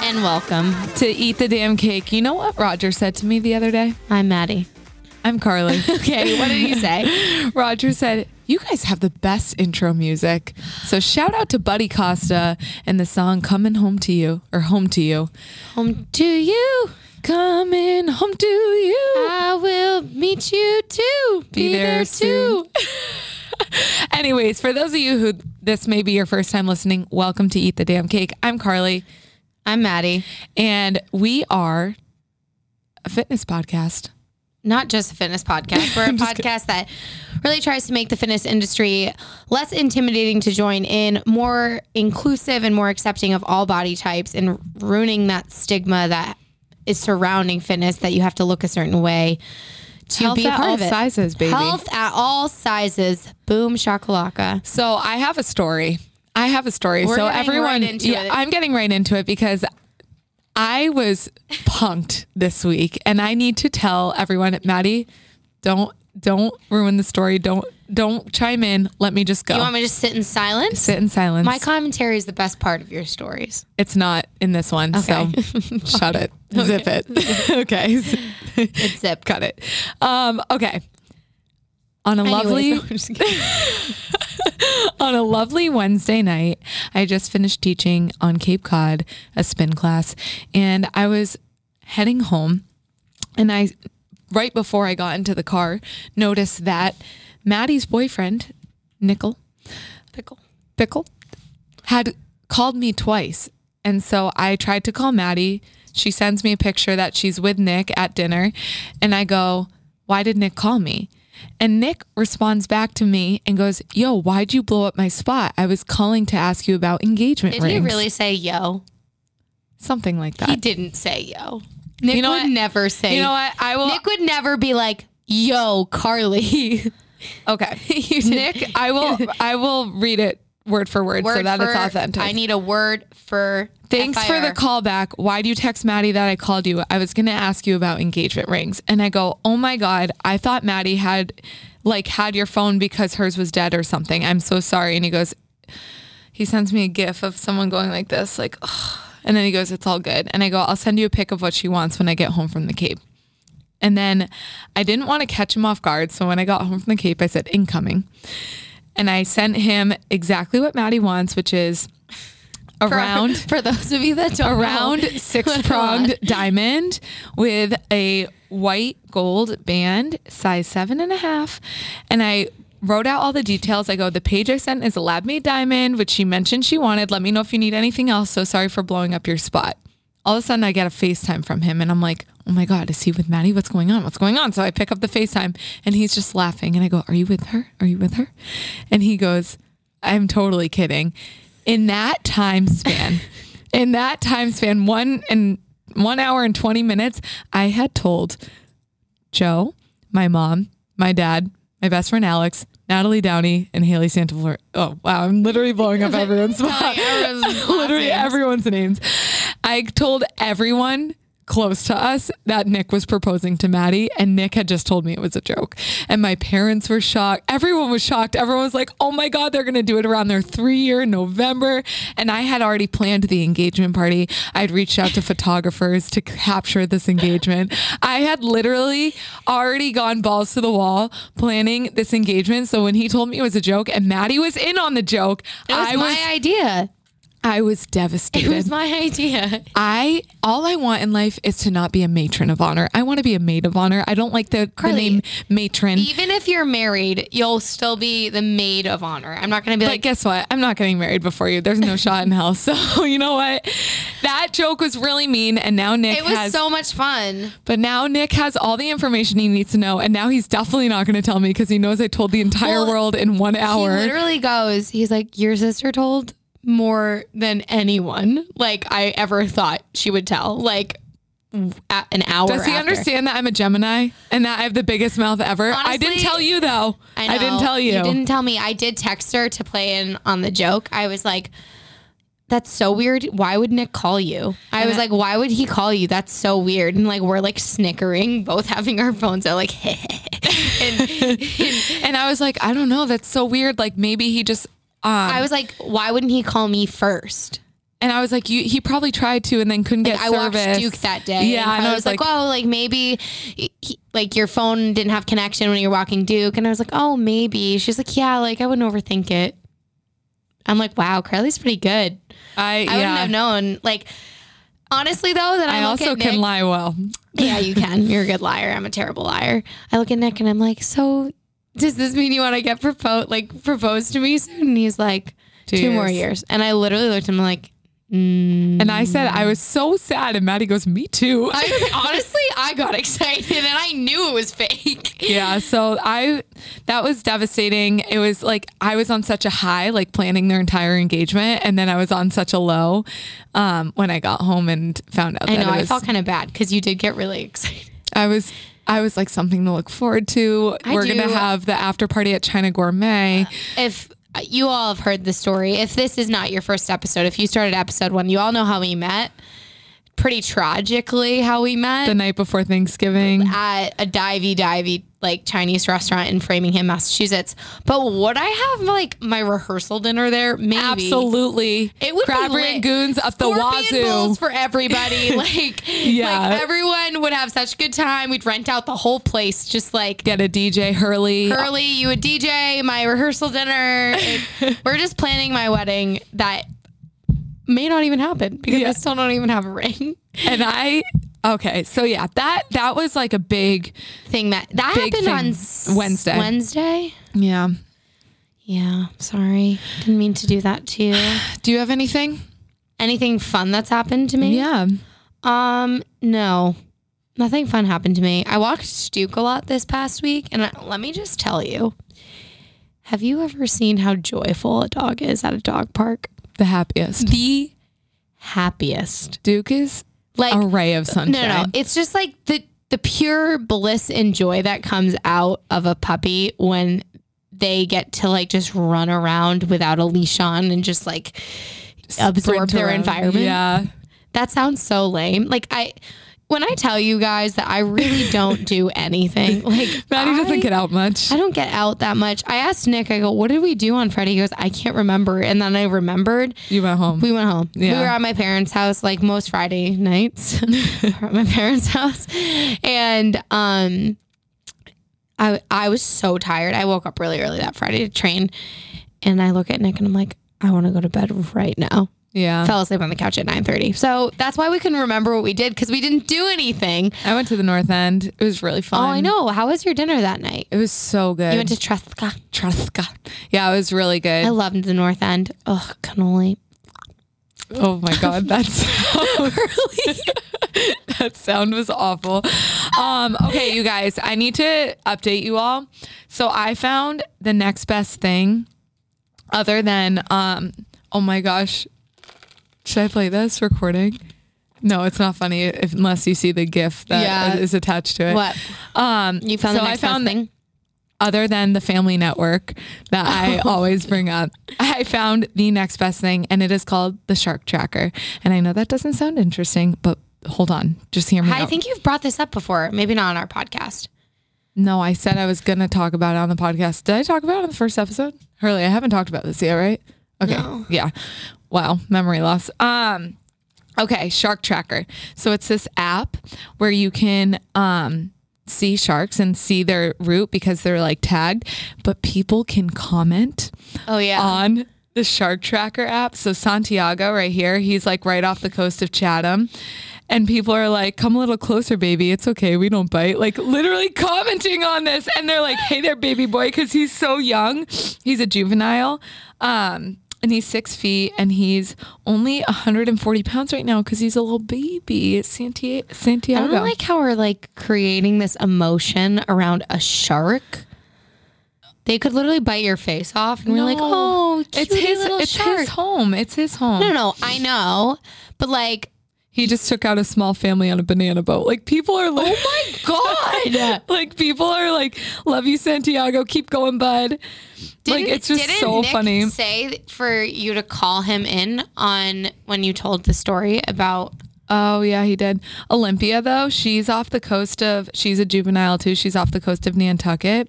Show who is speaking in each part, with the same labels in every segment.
Speaker 1: welcome
Speaker 2: to eat the damn cake. You know what Roger said to me the other day?
Speaker 1: i'm maddie
Speaker 2: I'm Carly.
Speaker 1: okay what did you say
Speaker 2: Roger said, You guys have the best intro music. So shout out to Buddy Costa and the song Coming Home to You or Home to You.
Speaker 1: home to you
Speaker 2: Coming home to you.
Speaker 1: i will meet you too be, there, too
Speaker 2: Anyways, for those of you who this may be your first time listening, welcome to Eat the Damn Cake. I'm Carly,
Speaker 1: i'm maddie
Speaker 2: and we are a fitness podcast.
Speaker 1: not just a fitness podcast. We're a podcast that really tries to make the fitness industry less intimidating to join in, more inclusive and more accepting of all body types, and ruining that stigma that is surrounding fitness that you have to look a certain way to
Speaker 2: Health
Speaker 1: be a
Speaker 2: at
Speaker 1: part
Speaker 2: all
Speaker 1: of it.
Speaker 2: sizes, baby.
Speaker 1: Health at all sizes. Boom shakalaka.
Speaker 2: So I have a story. I have a story.
Speaker 1: We're
Speaker 2: so
Speaker 1: getting
Speaker 2: everyone,
Speaker 1: right into
Speaker 2: yeah,
Speaker 1: it.
Speaker 2: I'm getting right into it because I was punked this week, and I need to tell everyone, Maddie, don't don't ruin the story. Don't don't chime in. Let me just go.
Speaker 1: You want me to just sit in silence?
Speaker 2: Sit in silence.
Speaker 1: My commentary is the best part of your stories.
Speaker 2: it's not in this one, so shut it, zip it. okay,
Speaker 1: It's zip.
Speaker 2: got it. Um, okay. On a lovely
Speaker 1: Anyways, I'm just kidding.
Speaker 2: on a lovely Wednesday night, I just finished teaching on Cape Cod a spin class, and I was heading home, and I right before I got into the car noticed that Maddie's boyfriend, Nickel
Speaker 1: Pickle.
Speaker 2: Pickle, had called me twice, and so I tried to call Maddie. She sends me a picture that she's with Nick at dinner, and I go, "Why did Nick call me?" And Nick responds back to me and goes, "Yo, why'd you blow up my spot? I was calling to ask you about engagement
Speaker 1: Did
Speaker 2: rings,
Speaker 1: he really say yo?
Speaker 2: something like that."
Speaker 1: He didn't say yo. Nick
Speaker 2: You know
Speaker 1: would
Speaker 2: what?
Speaker 1: never say.
Speaker 2: you know what? I will.
Speaker 1: Nick would never be like, "Yo, Carly."
Speaker 2: okay, Nick, I will. I will read it word for word, so that it's
Speaker 1: for-
Speaker 2: authentic.
Speaker 1: I need a word for.
Speaker 2: Thanks for the
Speaker 1: FIR.
Speaker 2: callback. Why do you text Maddie that I called you? I was going to ask you about engagement rings. And I go, oh my God, I thought Maddie had like had your phone because hers was dead or something. I'm so sorry. And he goes, he sends me a gif of someone going like this, like, "Ugh." and then he goes, it's all good. And I go, I'll send you a pic of what she wants when I get home from the Cape. And then I didn't want to catch him off guard. So when I got home from the Cape, I said, incoming. And I sent him exactly what Maddie wants, which is a
Speaker 1: For-
Speaker 2: round
Speaker 1: for those of you that don't
Speaker 2: a
Speaker 1: know.
Speaker 2: round six pronged diamond with a white gold band, size seven and a half. And I wrote out all the details. I go, the page I sent is a lab made diamond, which she mentioned she wanted. Let me know if you need anything else. So sorry for blowing up your spot. All of a sudden, I get a FaceTime from him, and I'm like, oh my God, is he with Maddie? What's going on? What's going on? So I pick up the FaceTime, and he's just laughing. And I go, are you with her? Are you with her? And he goes, I'm totally kidding. In that time span, in that time span, one and one hour and 20 minutes, I had told Joe, my mom, my dad, my best friend Alex, Natalie Downey, and Haley Santaflor. Oh, wow. I'm literally blowing up everyone's spot.
Speaker 1: everyone's
Speaker 2: literally
Speaker 1: last
Speaker 2: everyone's names. I told everyone close to us that Nick was proposing to Maddie, and Nick had just told me it was a joke. And my parents were shocked. Everyone was shocked. Everyone was like, oh my God, they're going to do it around their three year in November. And I had already planned the engagement party. I'd reached out to photographers to capture this engagement. I had literally already gone balls to the wall planning this engagement. So when he told me it was a joke and Maddie was in on the joke,
Speaker 1: It was
Speaker 2: I
Speaker 1: my
Speaker 2: was
Speaker 1: idea.
Speaker 2: I was
Speaker 1: It
Speaker 2: devastated.
Speaker 1: was my idea.
Speaker 2: I all I want in life is to not be a matron of honor. I want to be a maid of honor. I don't like the, the
Speaker 1: Carly,
Speaker 2: name matron.
Speaker 1: Even if you're married, you'll still be the maid of honor. I'm not going to be
Speaker 2: But
Speaker 1: like,
Speaker 2: guess what? I'm not getting married before you. There's no shot in hell. So you know what? That joke was really mean, and now Nick
Speaker 1: it was
Speaker 2: has.
Speaker 1: so much fun.
Speaker 2: but now Nick has all the information he needs to know, and now he's definitely not going to tell me because he knows I told the entire
Speaker 1: Well,
Speaker 2: world in one
Speaker 1: He
Speaker 2: hour.
Speaker 1: literally goes, he's like, Your sister told more than anyone, like I ever thought she would tell, like at an hour.
Speaker 2: Does he
Speaker 1: after."
Speaker 2: understand that I'm a Gemini and that I have the biggest mouth ever? I didn't
Speaker 1: Honestly,
Speaker 2: tell you though. I, didn't
Speaker 1: know.
Speaker 2: tell you.
Speaker 1: didn't tell me. I did text her to play in on the joke. I was like, that's so weird. Why would Nick call you? I was like, why would he call you? That's so weird. And like, we're like snickering, both having our phones out, like, and
Speaker 2: And I was like, I don't know. That's so weird. Like maybe he just. Um,
Speaker 1: I was like, why wouldn't he call me first?
Speaker 2: And I was like, you, he probably tried to and then couldn't get
Speaker 1: I watched
Speaker 2: service.
Speaker 1: Duke that day.
Speaker 2: Yeah,
Speaker 1: and,
Speaker 2: and I
Speaker 1: was
Speaker 2: was
Speaker 1: like,
Speaker 2: like-
Speaker 1: "Well, like maybe, he, like your phone didn't have connection when you were walking Duke." And I was like, "Oh, maybe." She's like, "Yeah, like I wouldn't overthink it." I'm like, "Wow, Carly's pretty good."
Speaker 2: I,
Speaker 1: I
Speaker 2: yeah.
Speaker 1: wouldn't have known. Like, honestly, though, that I,
Speaker 2: I
Speaker 1: look
Speaker 2: also
Speaker 1: at
Speaker 2: can
Speaker 1: Nick-
Speaker 2: lie well.
Speaker 1: Yeah, you can. You're a good liar. I'm a terrible liar. I look at Nick and I'm like, "So, does this mean you want to get proposed? Like, propose to me soon?" And he's like,
Speaker 2: Two
Speaker 1: two more
Speaker 2: years.
Speaker 1: years." And I literally looked at him like.
Speaker 2: And I said, I was so sad. And Maddie goes, Me too.
Speaker 1: I was honestly, I got excited and I knew it was fake.
Speaker 2: yeah. So I, that was devastating. It was like I was on such a high, like planning their entire engagement. And then I was on such a low um, when I got home and found out
Speaker 1: I
Speaker 2: that
Speaker 1: know.
Speaker 2: it
Speaker 1: I
Speaker 2: was,
Speaker 1: felt kind of bad because you did get really excited.
Speaker 2: I was I was like something to look forward to.
Speaker 1: I
Speaker 2: We're
Speaker 1: do-
Speaker 2: gonna have the after party at China Gourmet.
Speaker 1: If you all have heard the story, if this is not your first episode, if you started episode one, you all know how we met. Pretty tragically, how we met
Speaker 2: the night before Thanksgiving.
Speaker 1: at a divey divey like Chinese restaurant in Framingham, Massachusetts. But would I have like my rehearsal dinner there? Maybe.
Speaker 2: Absolutely.
Speaker 1: It would
Speaker 2: Crab
Speaker 1: be lit.
Speaker 2: rangoons up the
Speaker 1: Scorpion
Speaker 2: wazoo.
Speaker 1: bowls for everybody. Like,
Speaker 2: Yeah.
Speaker 1: like everyone would have such a good time. We'd rent out the whole place, just like
Speaker 2: Get a DJ Hurley.
Speaker 1: early. You would DJ my rehearsal dinner. It- we're just planning my wedding that may not even happen because I
Speaker 2: Yeah.
Speaker 1: still don't even have a ring.
Speaker 2: And I okay, so yeah, that that was like a big
Speaker 1: Thing that that
Speaker 2: Big
Speaker 1: happened
Speaker 2: thing.
Speaker 1: on s-
Speaker 2: Wednesday.
Speaker 1: Wednesday.
Speaker 2: yeah.
Speaker 1: Yeah, sorry, didn't mean to do that to you.
Speaker 2: Do you have anything?
Speaker 1: Anything fun that's happened to me?
Speaker 2: Yeah.
Speaker 1: Um, no. Nothing fun happened to me. I walked Duke a lot this past week, and I, let me just tell you have you ever seen how joyful a dog is at a dog park?
Speaker 2: The happiest.
Speaker 1: The happiest.
Speaker 2: Duke is
Speaker 1: Like,
Speaker 2: a ray of sunshine.
Speaker 1: no, no, it's just like the, the pure bliss and joy that comes out of a puppy when they get to like just run around without a leash on and just like absorb
Speaker 2: Sprint
Speaker 1: their
Speaker 2: around.
Speaker 1: environment.
Speaker 2: Yeah.
Speaker 1: That sounds so lame. Like I when I tell you guys that I really don't do anything, like
Speaker 2: Maddie
Speaker 1: I,
Speaker 2: doesn't get out much.
Speaker 1: I don't get out that much. I asked Nick, I go, what did we do on Friday? He goes, I can't remember. And then I remembered
Speaker 2: You went home.
Speaker 1: we went home.
Speaker 2: Yeah.
Speaker 1: We were at my parents' house like most Friday nights. We're at my parents' house. And um I I was so tired. I woke up really early that Friday to train. And I look at Nick and I'm like, I want to go to bed right now
Speaker 2: yeah.
Speaker 1: fell asleep on the couch at 9.30 so that's why we couldn't remember what we did because we didn't do anything
Speaker 2: I went to the North End. It was really
Speaker 1: oh
Speaker 2: fun.
Speaker 1: i know how was your dinner that night
Speaker 2: It was so good.
Speaker 1: you went to Treska.
Speaker 2: Trusca. Yeah, it was really good.
Speaker 1: i loved the north end oh cannoli
Speaker 2: oh my god, that sound that sound was awful. Um, okay, you guys, I need to update you all. So I found the next best thing, other than um, oh my gosh, should I play this recording? No, it's not funny if, unless you see the GIF that is
Speaker 1: Yeah.
Speaker 2: attached to it.
Speaker 1: what
Speaker 2: Um,
Speaker 1: you found
Speaker 2: so
Speaker 1: the next
Speaker 2: I found
Speaker 1: best thing
Speaker 2: other than the family network that I
Speaker 1: Oh.
Speaker 2: always bring up, I found the next best thing and it is called the shark tracker. And I know that doesn't sound interesting, but hold on, just hear me
Speaker 1: i
Speaker 2: out.
Speaker 1: think you've brought this up before maybe not on our podcast
Speaker 2: no, I said I was going to talk about it on the podcast. Did I talk about it on the first episode? Hurley, I haven't talked about this yet, right? Okay. Yeah. Wow, memory loss. Um okay, shark tracker. So it's this app where you can um see sharks and see their route because they're like tagged, but people can comment
Speaker 1: oh yeah
Speaker 2: on the shark tracker app. So Santiago right here, he's like right off the coast of Chatham. And people are like, come a little closer, baby. It's okay. We don't bite. Like literally commenting on this. And they're like, hey there, baby boy, because he's so young. He's a juvenile. Um, and he's six feet and he's only 140 pounds right now because he's a little baby. It's Santi-
Speaker 1: i
Speaker 2: Santiago.
Speaker 1: don't like how we're like creating this emotion around a shark they could literally bite your face off and we're like
Speaker 2: No.
Speaker 1: oh
Speaker 2: it's
Speaker 1: cutie
Speaker 2: his,
Speaker 1: little
Speaker 2: it's
Speaker 1: shark
Speaker 2: his home. It's his home.
Speaker 1: no no i know but like
Speaker 2: He just took out a small family on a banana boat. Like people are like,
Speaker 1: oh my god
Speaker 2: like people are like, "Love you, Santiago. Keep going, bud." like it's just
Speaker 1: didn't
Speaker 2: so
Speaker 1: Nick
Speaker 2: funny.
Speaker 1: Say for you to call him in on when you told the story about
Speaker 2: Oh yeah, he did. Olympia though, she's off the coast of. She's a juvenile too. She's off the coast of Nantucket,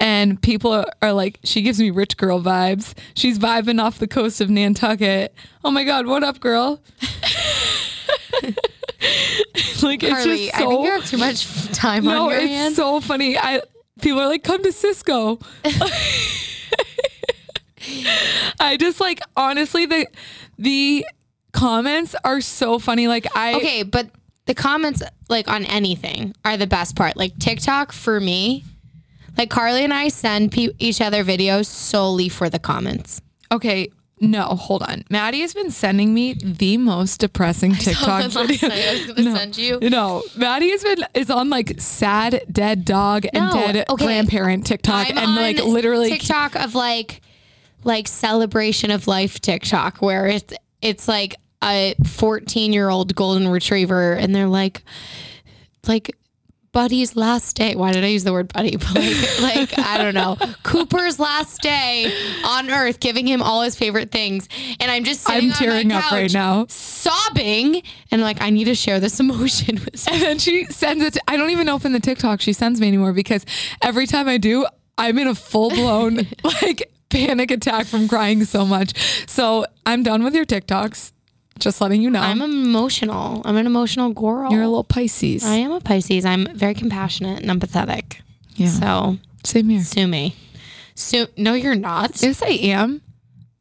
Speaker 2: And people are, are like, she gives me rich girl vibes. She's vibing off the coast of Nantucket. Oh my God, what up, girl? like,
Speaker 1: Carly,
Speaker 2: it's just
Speaker 1: I
Speaker 2: so
Speaker 1: think you have too much time
Speaker 2: no,
Speaker 1: on your
Speaker 2: it's
Speaker 1: hands.
Speaker 2: so funny. I people are like, come to Cisco. I just like honestly the the comments are so funny. Like I
Speaker 1: okay, but the comments like on anything are the best part. Like TikTok for me, like Carly and I send pe- each other videos solely for the comments.
Speaker 2: okay. No, hold on. Maddie has been sending me the most depressing TikTok videos.
Speaker 1: I was gonna send you.
Speaker 2: No, Maddie has been is on like sad dead dog and
Speaker 1: No,
Speaker 2: dead
Speaker 1: okay.
Speaker 2: grandparent TikTok
Speaker 1: I'm
Speaker 2: and
Speaker 1: on
Speaker 2: like literally
Speaker 1: TikTok of like like celebration of life TikTok where it's it's like a 14 year old golden retriever and they're like like Buddy's last day. Why did I use the word buddy? But like, like I don't know. Cooper's last day on Earth, giving him all his favorite things, and I'm just
Speaker 2: I'm
Speaker 1: sitting on
Speaker 2: tearing
Speaker 1: my
Speaker 2: up right
Speaker 1: couch
Speaker 2: now.
Speaker 1: sobbing, and like I need to share this emotion with.
Speaker 2: And then she sends it. To, I don't even open the TikTok she sends me anymore because every time I do, I'm in a full blown like panic attack from crying so much. So I'm done with your TikToks. Just letting you know.
Speaker 1: I'm emotional. I'm an emotional girl.
Speaker 2: You're a little Pisces.
Speaker 1: I am a Pisces. I'm very compassionate and empathetic.
Speaker 2: Yeah.
Speaker 1: So
Speaker 2: Same here.
Speaker 1: sue me. Sue. No, you're not.
Speaker 2: Yes, I am.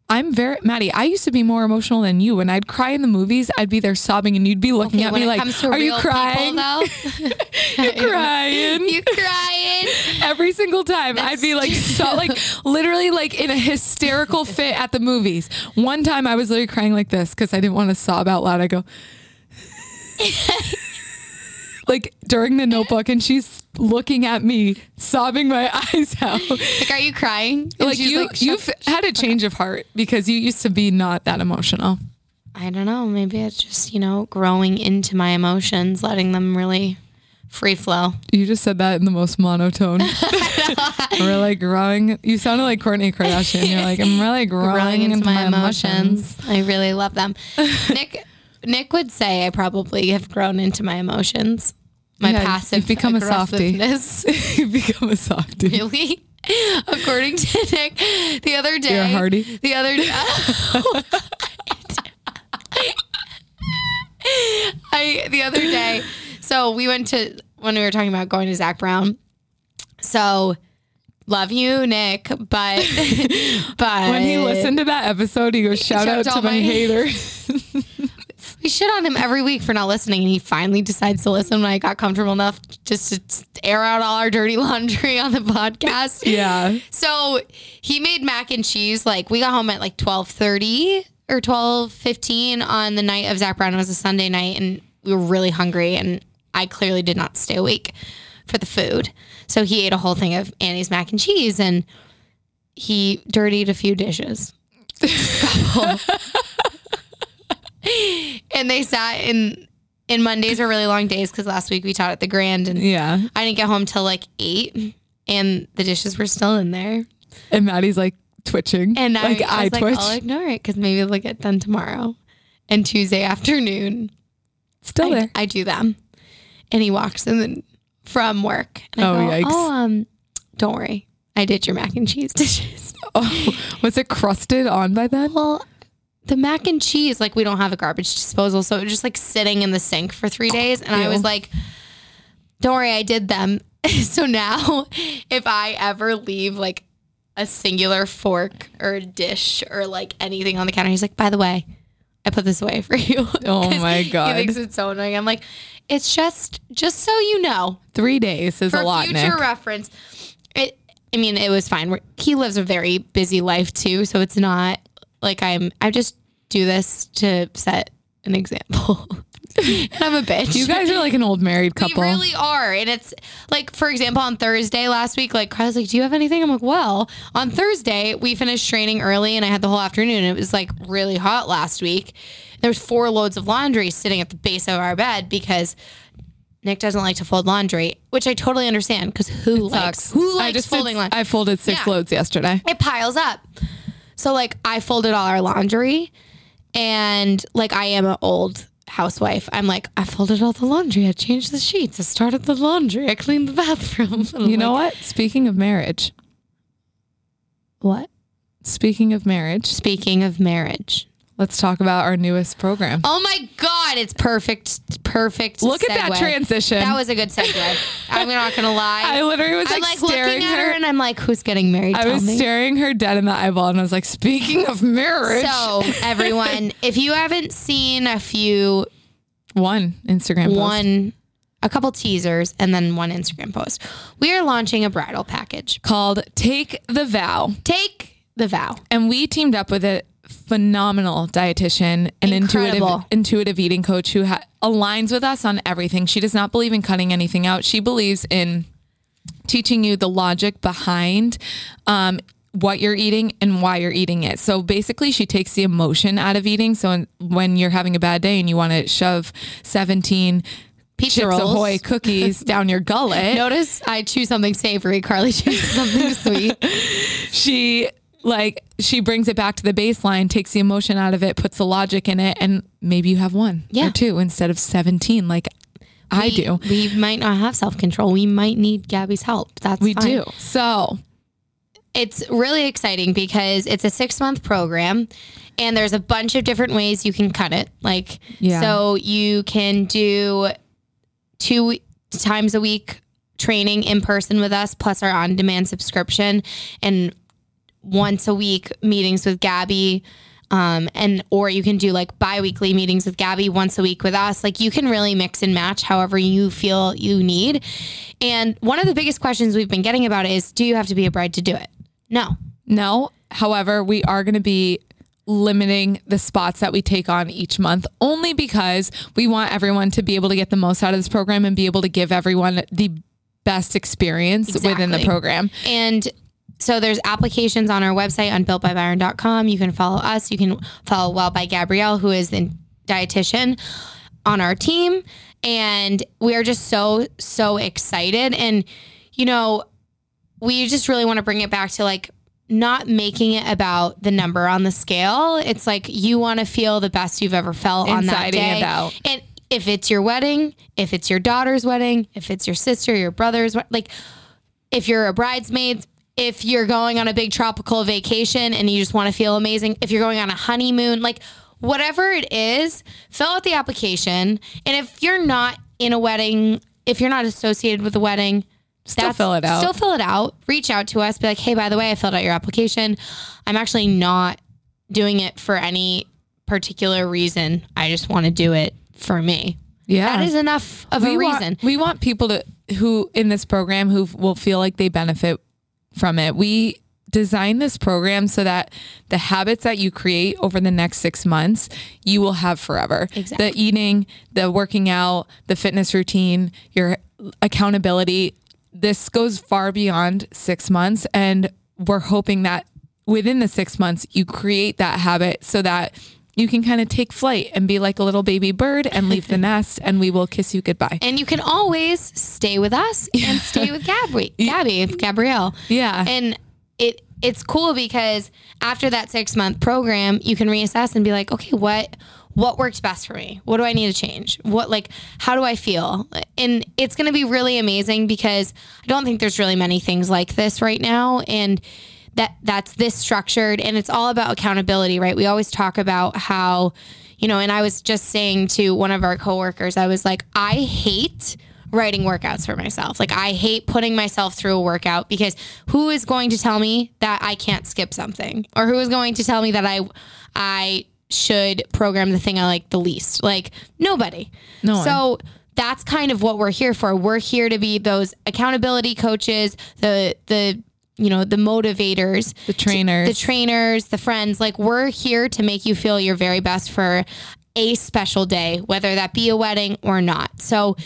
Speaker 2: I'm very Maddie. I used to be more emotional than you. When I'd cry in the movies, I'd be there sobbing, and you'd be looking
Speaker 1: Okay,
Speaker 2: at
Speaker 1: when
Speaker 2: me
Speaker 1: it
Speaker 2: like,
Speaker 1: comes to
Speaker 2: "Are you
Speaker 1: real
Speaker 2: crying?
Speaker 1: People, though,
Speaker 2: You're crying."
Speaker 1: you crying?
Speaker 2: every single time. I'd be like so like literally like in a hysterical fit at the movies. One time I was literally crying like this because I didn't want to sob out loud. I go like during the notebook and she's looking at me sobbing my eyes out.
Speaker 1: Like, are you crying? And
Speaker 2: Like
Speaker 1: she's
Speaker 2: you
Speaker 1: "Shut-
Speaker 2: you've had a change of heart because you used to be not that emotional.
Speaker 1: I don't know. Maybe it's just you know growing into my emotions, letting them really free flow.
Speaker 2: You just said that in the most monotone. We're like growing. You sounded like Courtney Kardashian. You're like, I'm really growing,
Speaker 1: growing into, my,
Speaker 2: emotions.
Speaker 1: emotions. I really love them. Nick Nick would say I probably have grown into my emotions. My
Speaker 2: Yeah, you've
Speaker 1: passive
Speaker 2: become a softie.
Speaker 1: aggressiveness.
Speaker 2: you become a softie.
Speaker 1: really. According to Nick, the other day,
Speaker 2: You're a hardy?
Speaker 1: the other day, I the other day. So we went to when we were talking about going to Zach Brown. So love you, Nick, but but
Speaker 2: When he listened to that episode, he goes, "Shout out to my, haters."
Speaker 1: We shit on him every week for not listening, and he finally decides to listen when I got comfortable enough just to air out all our dirty laundry on the podcast.
Speaker 2: yeah,
Speaker 1: So he made mac and cheese. Like we got home at like twelve thirty or twelve fifteen on the night of Zach Brown. It was a Sunday night, and we were really hungry, and I clearly did not stay awake for the food. So he ate a whole thing of Annie's mac and cheese, and he dirtied a few dishes. and they sat in. And Mondays are really long days because last week we taught at the Grand, and
Speaker 2: yeah.
Speaker 1: I didn't get home till like eight, and the dishes were still in there.
Speaker 2: And Maddie's like twitching,
Speaker 1: And
Speaker 2: like
Speaker 1: I, I was
Speaker 2: twitch.
Speaker 1: like, I'll ignore it because maybe they'll get done tomorrow. And Tuesday afternoon,
Speaker 2: Still
Speaker 1: I,
Speaker 2: there.
Speaker 1: I do them. And he walks in the- from work. And I
Speaker 2: Oh,
Speaker 1: go,
Speaker 2: yikes.
Speaker 1: Oh, um, don't worry. I did your mac and cheese dishes.
Speaker 2: oh, was it crusted on by then?
Speaker 1: well, the mac and cheese, like we don't have a garbage disposal. So it was just like sitting in the sink for three days. And I
Speaker 2: Oh, Ew.
Speaker 1: was like, don't worry, I did them. so now if I ever leave like a singular fork or a dish or like anything on the counter, he's like, by the way, I put this away for you.
Speaker 2: Oh
Speaker 1: 'Cause
Speaker 2: my
Speaker 1: He
Speaker 2: God.
Speaker 1: thinks it's so annoying. I'm like, it's just, just so you know,
Speaker 2: Three days is
Speaker 1: for
Speaker 2: a lot,
Speaker 1: future
Speaker 2: Nick.
Speaker 1: reference. It, I mean, it was fine. We're- He lives a very busy life too, so it's not like I'm. I just do this to set an example. and I'm a bitch.
Speaker 2: You guys are like an old married
Speaker 1: we
Speaker 2: couple.
Speaker 1: really are, and it's like, for example, on Thursday last week, like Carly's like, "Do you have anything?" I'm like, "Well, on Thursday we finished training early, and I had the whole afternoon. It was like really hot last week. There was four loads of laundry sitting at the base of our bed because." Nick doesn't like to fold laundry, which I totally understand because who likes
Speaker 2: Sucks.
Speaker 1: who
Speaker 2: I
Speaker 1: likes
Speaker 2: just did-
Speaker 1: folding laundry?
Speaker 2: I folded six
Speaker 1: Yeah.
Speaker 2: loads yesterday.
Speaker 1: it piles up. So like I folded all our laundry and like I am an old housewife. I'm like, I folded all the laundry. I changed the sheets. I started the laundry. I cleaned the bathroom. And I'm
Speaker 2: You know
Speaker 1: like,
Speaker 2: what? Speaking of marriage,
Speaker 1: What?
Speaker 2: Speaking of marriage,
Speaker 1: Speaking of marriage.
Speaker 2: let's talk about our newest program.
Speaker 1: Oh my God, it's perfect, perfect.
Speaker 2: Look at that
Speaker 1: segue.
Speaker 2: transition.
Speaker 1: That was a good segue. I'm not gonna lie.
Speaker 2: I literally was
Speaker 1: I'm
Speaker 2: like,
Speaker 1: like
Speaker 2: staring
Speaker 1: looking at her and I'm like, who's getting married?
Speaker 2: I
Speaker 1: Tell
Speaker 2: was
Speaker 1: me.
Speaker 2: staring her dead in the eyeball and I was like, speaking of marriage.
Speaker 1: So everyone, if you haven't seen a few
Speaker 2: one Instagram post.
Speaker 1: one a couple teasers and then one Instagram post, we are launching a bridal package.
Speaker 2: called Take the Vow.
Speaker 1: Take the vow.
Speaker 2: And we teamed up with a phenomenal dietitian and intuitive
Speaker 1: Incredible.
Speaker 2: intuitive eating coach who ha- aligns with us on everything. She does not believe in cutting anything out. She believes in teaching you the logic behind um, what you're eating and why you're eating it. So basically, she takes the emotion out of eating. So in- when you're having a bad day and you want to shove 17
Speaker 1: Pizza
Speaker 2: Chips
Speaker 1: rolls.
Speaker 2: Ahoy cookies down your gullet,
Speaker 1: Notice I choose something savory. Carly chooses something sweet.
Speaker 2: she like she brings it back to the baseline, takes the emotion out of it, puts the logic in it, and maybe you have one
Speaker 1: Yeah.
Speaker 2: or two instead of seventeen, like I
Speaker 1: We-
Speaker 2: do.
Speaker 1: We might not have self control. We might need Gabby's help. That's
Speaker 2: We
Speaker 1: fine.
Speaker 2: do. So
Speaker 1: it's really exciting because it's a six month program and there's a bunch of different ways you can cut it like
Speaker 2: Yeah.
Speaker 1: so you can do two times a week training in person with us plus our on demand subscription and once a week meetings with gabby um, and or you can do like bi-weekly meetings with gabby once a week with us like you can really mix and match however you feel you need and one of the biggest questions we've been getting about it is do you have to be a bride to do it no
Speaker 2: No. However, we are going to be limiting the spots that we take on each month only because we want everyone to be able to get the most out of this program and be able to give everyone the best experience within the
Speaker 1: Exactly.
Speaker 2: program.
Speaker 1: And so there's applications on our website on builtbybyron.com. You can follow us. You can follow Well by Gabrielle, who is the dietitian on our team. And we are just so, so excited. And, you know, we just really want to bring it back to like not making it about the number on the scale. It's like you want to feel the best you've ever felt on that
Speaker 2: Inside and
Speaker 1: day.
Speaker 2: out.
Speaker 1: And if it's your wedding, if it's your daughter's wedding, if it's your sister, your brother's, wed- like if you're a bridesmaid, if you're going on a big tropical vacation and you just want to feel amazing, if you're going on a honeymoon, like whatever it is, fill out the application. And if you're not in a wedding, if you're not associated with a wedding, still
Speaker 2: fill it out.
Speaker 1: Still fill it out. Reach out to us. Be like, hey, by the way, I filled out your application. I'm actually not doing it for any particular reason. I just want to do it for me.
Speaker 2: Yeah.
Speaker 1: That is enough of a
Speaker 2: want-
Speaker 1: reason.
Speaker 2: we want people to who in this program who will feel like they benefit from it. We designed this program so that the habits that you create over the next six months you will have forever.
Speaker 1: Exactly.
Speaker 2: The eating, the working out, the fitness routine, your accountability. This goes far beyond six months, and we're hoping that within the six months you create that habit so that. You can kind of take flight and be like a little baby bird and leave the nest, and we will kiss you goodbye.
Speaker 1: And you can always stay with us and stay with Gabby, Gabby, Gabrielle.
Speaker 2: Yeah.
Speaker 1: And it it's cool because after that six month program, you can reassess and be like, okay, what what worked best for me? What do I need to change? What like how do I feel? And it's gonna be really amazing because I don't think there's really many things like this right now. And that that's this structured and it's all about accountability, right? We always talk about how you know, and I was just saying to one of our coworkers, I was like, I hate writing workouts for myself. Like I hate putting myself through a workout because who is going to tell me that I can't skip something or who is going to tell me that I I should program the thing I like the least? Like nobody.
Speaker 2: No one.
Speaker 1: So that's kind of what we're here for. We're here to be those accountability coaches, the the you know, the motivators
Speaker 2: the trainers.
Speaker 1: the trainers, the friends. Like we're here to make you feel your very best for a special day, whether that be a wedding or not. So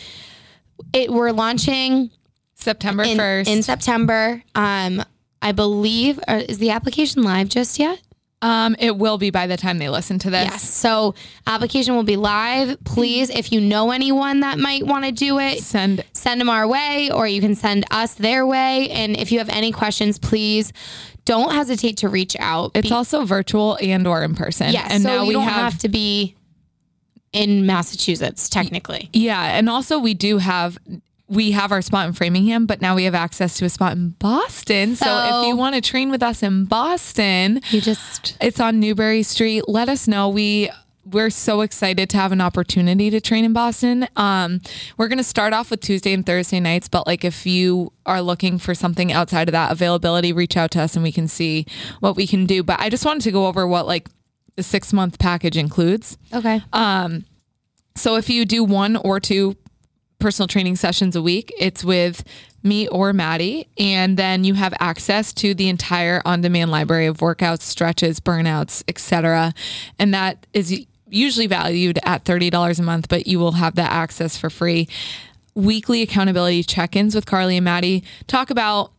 Speaker 1: it we're launching
Speaker 2: September
Speaker 1: in,
Speaker 2: 1st.
Speaker 1: in September. Um, I believe uh, is the application live just yet?
Speaker 2: um, it will be by the time they listen to this.
Speaker 1: Yes. So application will be live. Please, if you know anyone that might want to do it,
Speaker 2: Send
Speaker 1: send them our way or you can send us their way. And if you have any questions, please don't hesitate to reach out.
Speaker 2: it's also virtual and or in person.
Speaker 1: Yes.
Speaker 2: And
Speaker 1: so
Speaker 2: now
Speaker 1: you
Speaker 2: we
Speaker 1: don't
Speaker 2: have,
Speaker 1: have, to be in Massachusetts technically.
Speaker 2: Yeah. And also we do have we have our spot in Framingham, but now we have access to a spot in Boston. So,
Speaker 1: So-
Speaker 2: if you want to train with us in Boston,
Speaker 1: You just
Speaker 2: it's on Newberry Street. Let us know. We we're so excited to have an opportunity to train in Boston. Um, we're gonna start off with Tuesday and Thursday nights, but like if you are looking for something outside of that availability, reach out to us and we can see what we can do. But I just wanted to go over what like the six month package includes.
Speaker 1: okay.
Speaker 2: So if you do one or two personal training sessions a week, it's with me or Maddie. And then you have access to the entire on demand library of workouts, stretches, burnouts, etc. And that is usually valued at $30 a month, but you will have that access for free. Weekly accountability check ins with Carly and Maddie talk about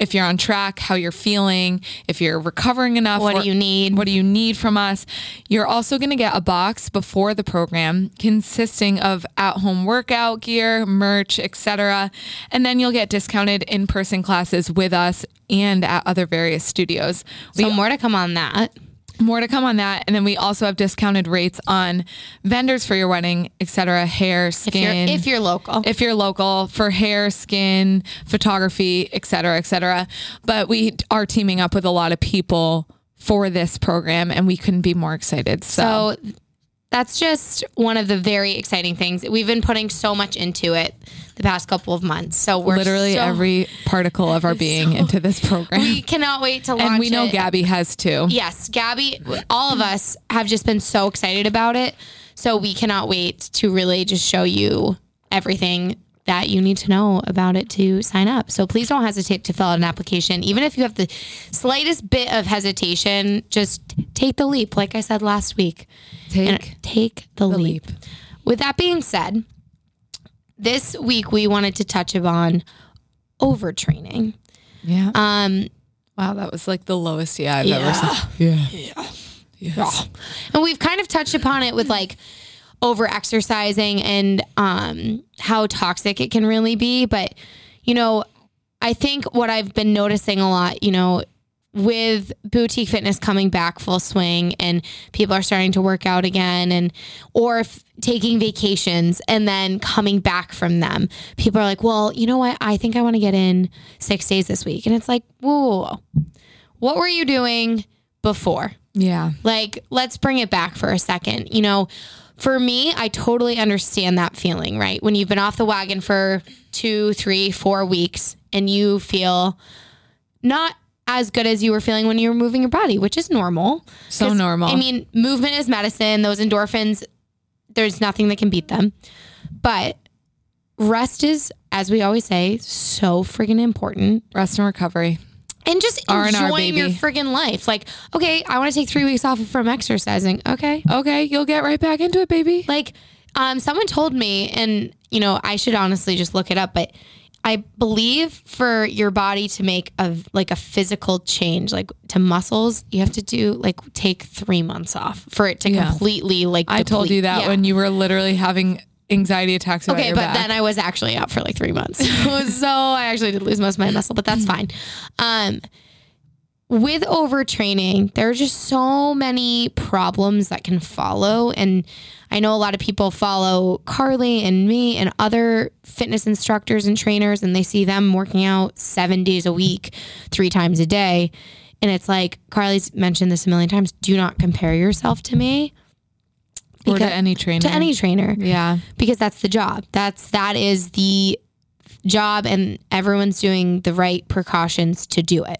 Speaker 2: if you're on track, how you're feeling, if you're recovering enough,
Speaker 1: What do
Speaker 2: or-
Speaker 1: you need?
Speaker 2: what do you need from us? You're also going to get a box before the program consisting of at-home workout gear, merch, etc. And then you'll get discounted in-person classes with us and at other various studios. We-
Speaker 1: so more to come on that.
Speaker 2: more to come on that. And then we also have discounted rates on vendors for your wedding, etc., hair,
Speaker 1: If you're,
Speaker 2: skin
Speaker 1: if you're local,
Speaker 2: if you're local for hair, skin, photography, et cetera, et cetera. But we are teaming up with a lot of people for this program and we couldn't be more excited. So,
Speaker 1: So that's just one of the very exciting things. We've been putting so much into it the past couple of months. So we're
Speaker 2: literally
Speaker 1: so-
Speaker 2: every particle of our being into this program.
Speaker 1: we cannot wait to launch
Speaker 2: and we know
Speaker 1: it.
Speaker 2: Gabby has too.
Speaker 1: Yes, Gabby, all of us have just been so excited about it. So we cannot wait to really just show you everything that you need to know about it to sign up. So please don't hesitate to fill out an application. Even if you have the slightest bit of hesitation, just take the leap, like I said last week.
Speaker 2: Take
Speaker 1: And take the,
Speaker 2: leap.
Speaker 1: leap. With that being said, this week we wanted to touch upon overtraining.
Speaker 2: Yeah.
Speaker 1: Um,
Speaker 2: wow, that was like the lowest yeah I've ever
Speaker 1: Yeah.
Speaker 2: seen. Yeah. Yeah. Yes.
Speaker 1: And we've kind of touched upon it with like over exercising and um, how toxic it can really be. But, you know, I think what I've been noticing a lot, you know, with boutique fitness coming back full swing and people are starting to work out again and or if taking vacations and then coming back from them people are like well you know what i think i want to get in six days this week and it's like whoa, whoa, whoa. what were you doing before
Speaker 2: Yeah.
Speaker 1: like, let's bring it back for a second. You know, for me, I totally understand that feeling, right? When you've been off the wagon for two, three, four weeks and you feel not as good as you were feeling when you were moving your body, which is normal.
Speaker 2: So
Speaker 1: 'Cause,
Speaker 2: normal.
Speaker 1: I mean, movement is medicine. Those endorphins, there's nothing that can beat them. But rest is, as we always say, so friggin' important
Speaker 2: Rest and recovery.
Speaker 1: and just
Speaker 2: R&R,
Speaker 1: enjoying your
Speaker 2: baby.
Speaker 1: friggin' life. Like, okay, I want to take three weeks off from exercising. Okay.
Speaker 2: Okay, you'll get right back into it, baby.
Speaker 1: Like, um, someone told me, and you know, I should honestly just look it up, but I believe for your body to make a like a physical change, like to muscles, you have to do like take three months off for it to
Speaker 2: Yeah.
Speaker 1: completely like.
Speaker 2: I told
Speaker 1: deplete.
Speaker 2: you that
Speaker 1: Yeah.
Speaker 2: when you were literally having anxiety attacks about
Speaker 1: Okay,
Speaker 2: your
Speaker 1: but
Speaker 2: back.
Speaker 1: then I was actually out for like three months. so I actually did lose most of my muscle, but that's fine. Um, with overtraining, there are just so many problems that can follow. And I know a lot of people follow Carly and me and other fitness instructors and trainers, and they see them working out seven days a week, three times a day. And it's like, Carly's mentioned this a million times do not compare yourself to me
Speaker 2: or to
Speaker 1: because-
Speaker 2: any trainer.
Speaker 1: to any trainer
Speaker 2: yeah.
Speaker 1: because that's the job. That's that is the job, and everyone's doing the right precautions to do it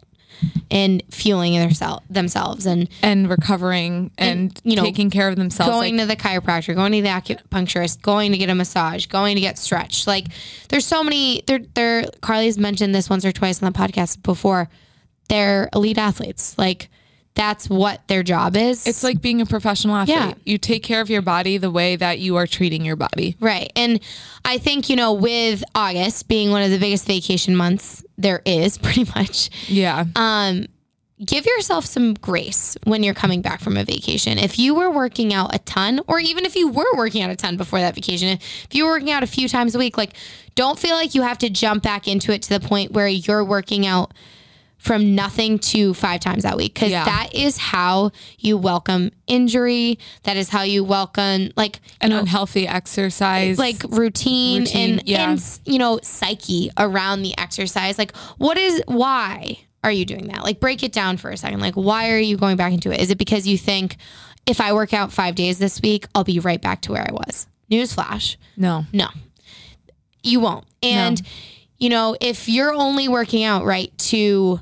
Speaker 1: and fueling theirsel- themselves and
Speaker 2: and recovering and,
Speaker 1: you know,
Speaker 2: taking care of themselves.
Speaker 1: going
Speaker 2: like,
Speaker 1: to the chiropractor, going to the acupuncturist, going to get a massage, going to get stretched. Like there's so many. There, there. Carly's mentioned this once or twice on the podcast before. They're elite athletes. Like that's what their job is.
Speaker 2: it's like being a professional athlete.
Speaker 1: Yeah.
Speaker 2: You take care of your body the way that you are treating your body.
Speaker 1: Right. And I think, you know, with August being one of the biggest vacation months there is, pretty much,
Speaker 2: Yeah.
Speaker 1: give yourself some grace when you're coming back from a vacation. If you were working out a ton, or even if you were working out a ton before that vacation, if you were working out a few times a week, like don't feel like you have to jump back into it to the point where you're working out from nothing to five times that week because
Speaker 2: Yeah.
Speaker 1: that is how you welcome injury. That is how you welcome like
Speaker 2: an unhealthy exercise.
Speaker 1: Um, like routine,
Speaker 2: Routine,
Speaker 1: and
Speaker 2: yeah.
Speaker 1: and you know psyche around the exercise. Like what is why are you doing that? Like break it down for a second. Like why are you going back into it? Is it because you think if I work out five days this week, I'll be right back to where I was? Newsflash.
Speaker 2: no,
Speaker 1: No, you won't. And, you know, if you're only working out, right, to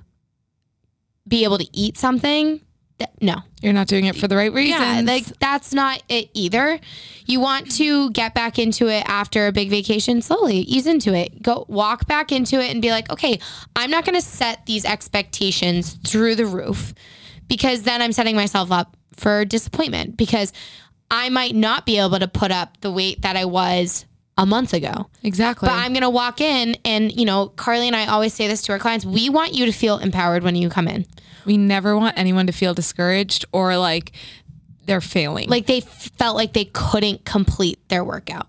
Speaker 1: be able to eat something, that, no.
Speaker 2: you're not doing it for the right reasons.
Speaker 1: Yeah, like that's not it either. You want to get back into it after a big vacation slowly, ease into it, go walk back into it and be like, okay, I'm not going to set these expectations through the roof because then I'm setting myself up for disappointment because I might not be able to put up the weight that I was a month ago.
Speaker 2: exactly.
Speaker 1: But I'm going to walk in and, you know, Carly and I always say this to our clients we want you to feel empowered when you come in.
Speaker 2: we never want anyone to feel discouraged or like they're failing.
Speaker 1: like they f- felt like they couldn't complete their workout.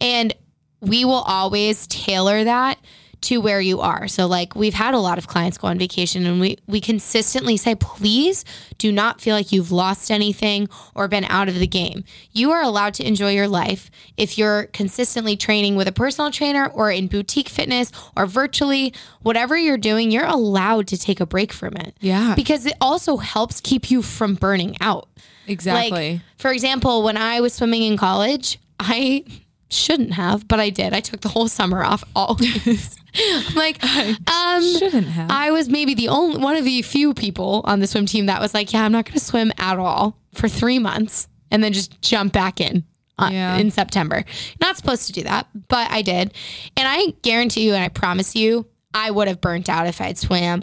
Speaker 1: And we will always tailor that to where you are. So like we've had a lot of clients go on vacation and we we consistently say please do not feel like you've lost anything or been out of the game. You are allowed to enjoy your life if you're consistently training with a personal trainer or in boutique fitness or virtually whatever you're doing, you're allowed to take a break from it.
Speaker 2: Yeah.
Speaker 1: Because it also helps keep you from burning out.
Speaker 2: exactly.
Speaker 1: Like, um, for example, when I was swimming in college, I shouldn't have, but I did. I took the whole summer off. Always. I'm like, um,
Speaker 2: Shouldn't have.
Speaker 1: I was maybe the only one of the few people on the swim team that was like, yeah, I'm not going to swim at all for three months and then just jump back in. uh,
Speaker 2: Yeah.
Speaker 1: In September. Not supposed to do that, but I did. And I guarantee you and I promise you, I would have burnt out if I had swam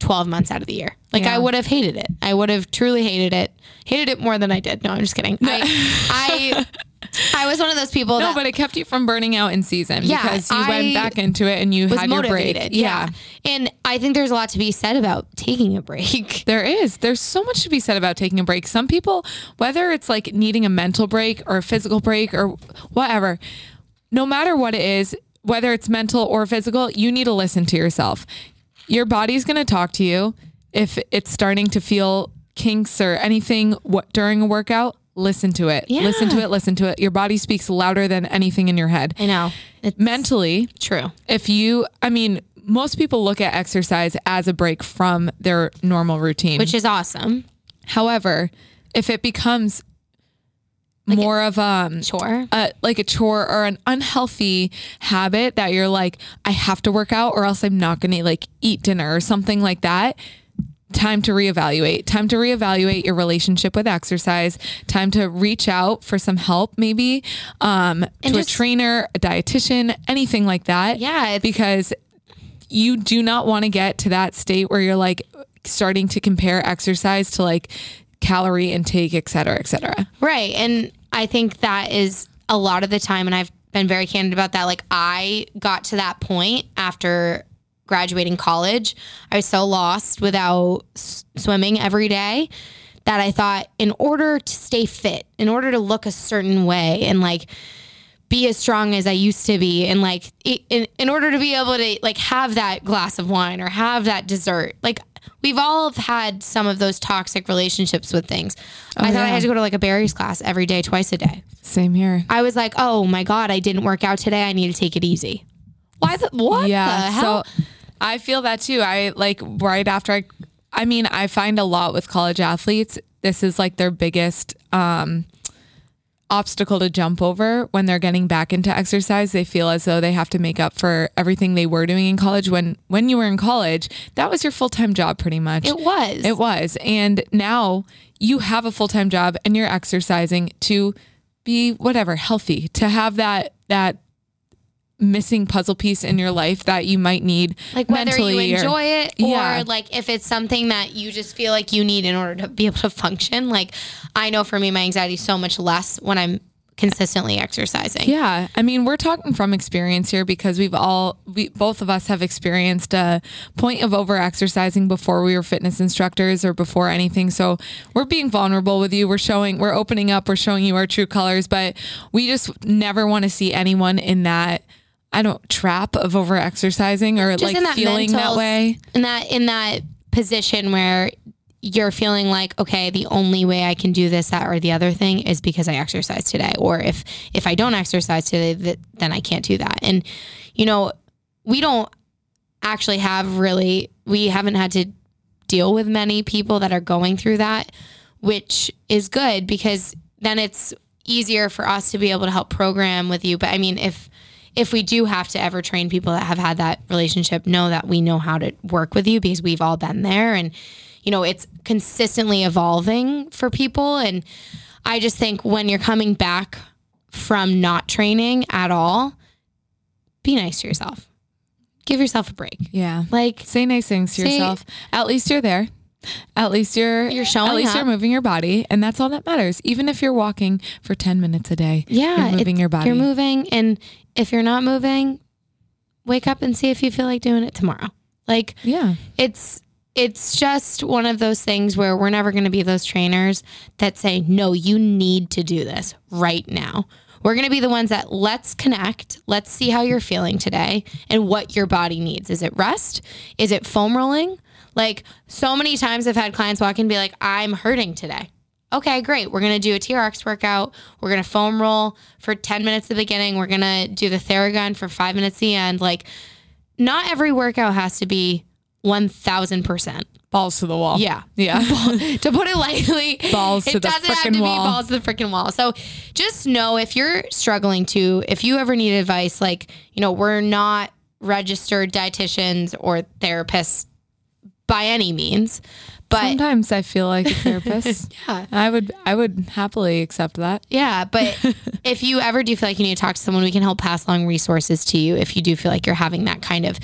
Speaker 1: 12 months out of the year. Like
Speaker 2: Yeah.
Speaker 1: I would have hated it. I would have truly hated it. Hated it more than I did. No, I'm just kidding. I, I I was one of those people
Speaker 2: no,
Speaker 1: that
Speaker 2: but it kept you from burning out in season
Speaker 1: Yeah,
Speaker 2: because you
Speaker 1: I
Speaker 2: went back into it and you
Speaker 1: was
Speaker 2: had your
Speaker 1: motivated.
Speaker 2: break.
Speaker 1: Yeah. And I think there's a lot to be said about taking a break.
Speaker 2: There is. There's so much to be said about taking a break. Some people, whether it's like needing a mental break or a physical break or whatever, no matter what it is, whether it's mental or physical, you need to listen to yourself. Your body's going to talk to you. If it's starting to feel kinks or anything what, during a workout, listen to it.
Speaker 1: Yeah.
Speaker 2: Listen to it. Listen to it. Your body speaks louder than anything in your head.
Speaker 1: I know. It's
Speaker 2: Mentally,
Speaker 1: true.
Speaker 2: if you, I mean, most people look at exercise as a break from their normal routine.
Speaker 1: Which is awesome.
Speaker 2: However, if it becomes more of um
Speaker 1: Sure.
Speaker 2: a, like a chore or an unhealthy habit that you're like, I have to work out or else I'm not going to like eat dinner or something like that. Time to reevaluate. Time to reevaluate your relationship with exercise. Time to reach out for some help, maybe um, to
Speaker 1: just-
Speaker 2: a trainer, a dietitian, anything like that.
Speaker 1: Yeah, it's-
Speaker 2: because you do not want to get to that state where you're like starting to compare exercise to like calorie intake, et cetera, et cetera.
Speaker 1: Right. And I think that is a lot of the time, and I've been very candid about that. Like, I got to that point after graduating college. I was so lost without s- swimming every day that I thought, in order to stay fit, in order to look a certain way, and like, be as strong as I used to be, and like, i- in, in order to be able to like have that glass of wine or have that dessert, like we've all had some of those toxic relationships with things. I thought I
Speaker 2: Oh, yeah.
Speaker 1: had to go to like a Barry's class every day, twice a day.
Speaker 2: Same here.
Speaker 1: I was like, oh my god, I didn't work out today. I need to take it easy. Why? The, what the hell?
Speaker 2: So I feel that too. I like right after I I mean, I find a lot with college athletes, this is like their biggest um obstacle to jump over when they're getting back into exercise. They feel as though they have to make up for everything they were doing in college when when you were in college, that was your full-time job pretty much.
Speaker 1: it was.
Speaker 2: It was. And now you have a full time job and you're exercising to be whatever, healthy, to have that that missing puzzle piece in your life that you might need
Speaker 1: like whether you
Speaker 2: mentally or-
Speaker 1: enjoy it or
Speaker 2: Yeah.
Speaker 1: like if it's something that you just feel like you need in order to be able to function. Like I know for me, my anxiety is so much less when I'm consistently exercising.
Speaker 2: Yeah, I mean, we're talking from experience here because we've all, we both of us have experienced a point of over exercising before we were fitness instructors or before anything. So we're being vulnerable with you. We're showing, we're opening up, we're showing you our true colors, but we just never want to see anyone in that I don't trap of over exercising or
Speaker 1: Just
Speaker 2: like feeling that
Speaker 1: mental-
Speaker 2: way.
Speaker 1: in that in that position where you're feeling like okay the only way i can do this that or the other thing is because i exercise today or if if i don't exercise today th- then i can't do that and you know we don't actually have really we haven't had to deal with many people that are going through that which is good because then it's easier for us to be able to help program with you but i mean if if we do have to ever train people that have had that relationship know that we know how to work with you because we've all been there and you know it's consistently evolving for people and i just think when you're coming back from not training at all be nice to yourself give yourself a break
Speaker 2: Yeah.
Speaker 1: like
Speaker 2: Say nice things to
Speaker 1: Say-
Speaker 2: yourself. At least you're there. At least you're
Speaker 1: You're showing
Speaker 2: At least
Speaker 1: up.
Speaker 2: you're moving your body, and that's all that matters. Even if you're walking for ten minutes a day,
Speaker 1: yeah
Speaker 2: you're moving
Speaker 1: it's-
Speaker 2: your body.
Speaker 1: you're moving and if you're not moving wake up and see if you feel like doing it tomorrow like
Speaker 2: yeah,
Speaker 1: it's it's just one of those things where we're never going to be those trainers that say no you need to do this right now we're going to be the ones that let's connect let's see how you're feeling today and what your body needs is it rest is it foam rolling like so many times i've had clients walk in and be like i'm hurting today okay, great. We're going to do a TRX workout. We're going to foam roll for 10 minutes at the beginning. We're going to do the Theragun for five minutes at the end. Like, not every workout has to be 1000%.
Speaker 2: balls to the wall.
Speaker 1: Yeah.
Speaker 2: yeah.
Speaker 1: to put it lightly,
Speaker 2: Balls
Speaker 1: it
Speaker 2: to the
Speaker 1: doesn't have to
Speaker 2: frickin'
Speaker 1: be
Speaker 2: wall.
Speaker 1: balls to the freaking wall. So just know if you're struggling to, if you ever need advice, like, you know, we're not registered dietitians or therapists by any means, but
Speaker 2: Sometimes I feel like a therapist.
Speaker 1: Yeah.
Speaker 2: I would. I would happily accept that.
Speaker 1: Yeah, but if you ever do feel like you need to talk to someone, we can help pass along resources to you if you do feel like you're having that kind of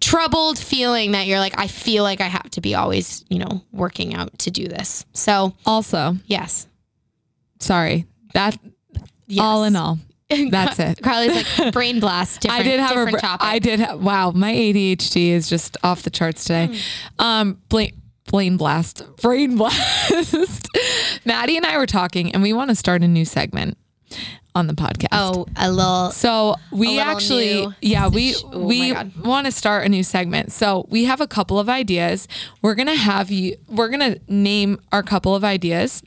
Speaker 1: troubled feeling that you're like, I feel like I have to be always, you know, working out to do this. So,
Speaker 2: Also,
Speaker 1: yes.
Speaker 2: sorry. That
Speaker 1: yes.
Speaker 2: all in all, that's it.
Speaker 1: Carly's like brain blast. Different,
Speaker 2: I did have a.
Speaker 1: different
Speaker 2: br-
Speaker 1: topic.
Speaker 2: I did. Ha- wow, my ADHD is just off the charts today.
Speaker 1: Mm.
Speaker 2: Um, blame, blame blast, brain blast. Maddie and I were talking, and we want to start a new segment on the podcast.
Speaker 1: oh, a little.
Speaker 2: So we
Speaker 1: little
Speaker 2: actually,
Speaker 1: new
Speaker 2: yeah, we
Speaker 1: situ- oh my
Speaker 2: we
Speaker 1: God.
Speaker 2: want to start a new segment. So we have a couple of ideas. We're gonna have you. We're gonna name our couple of ideas,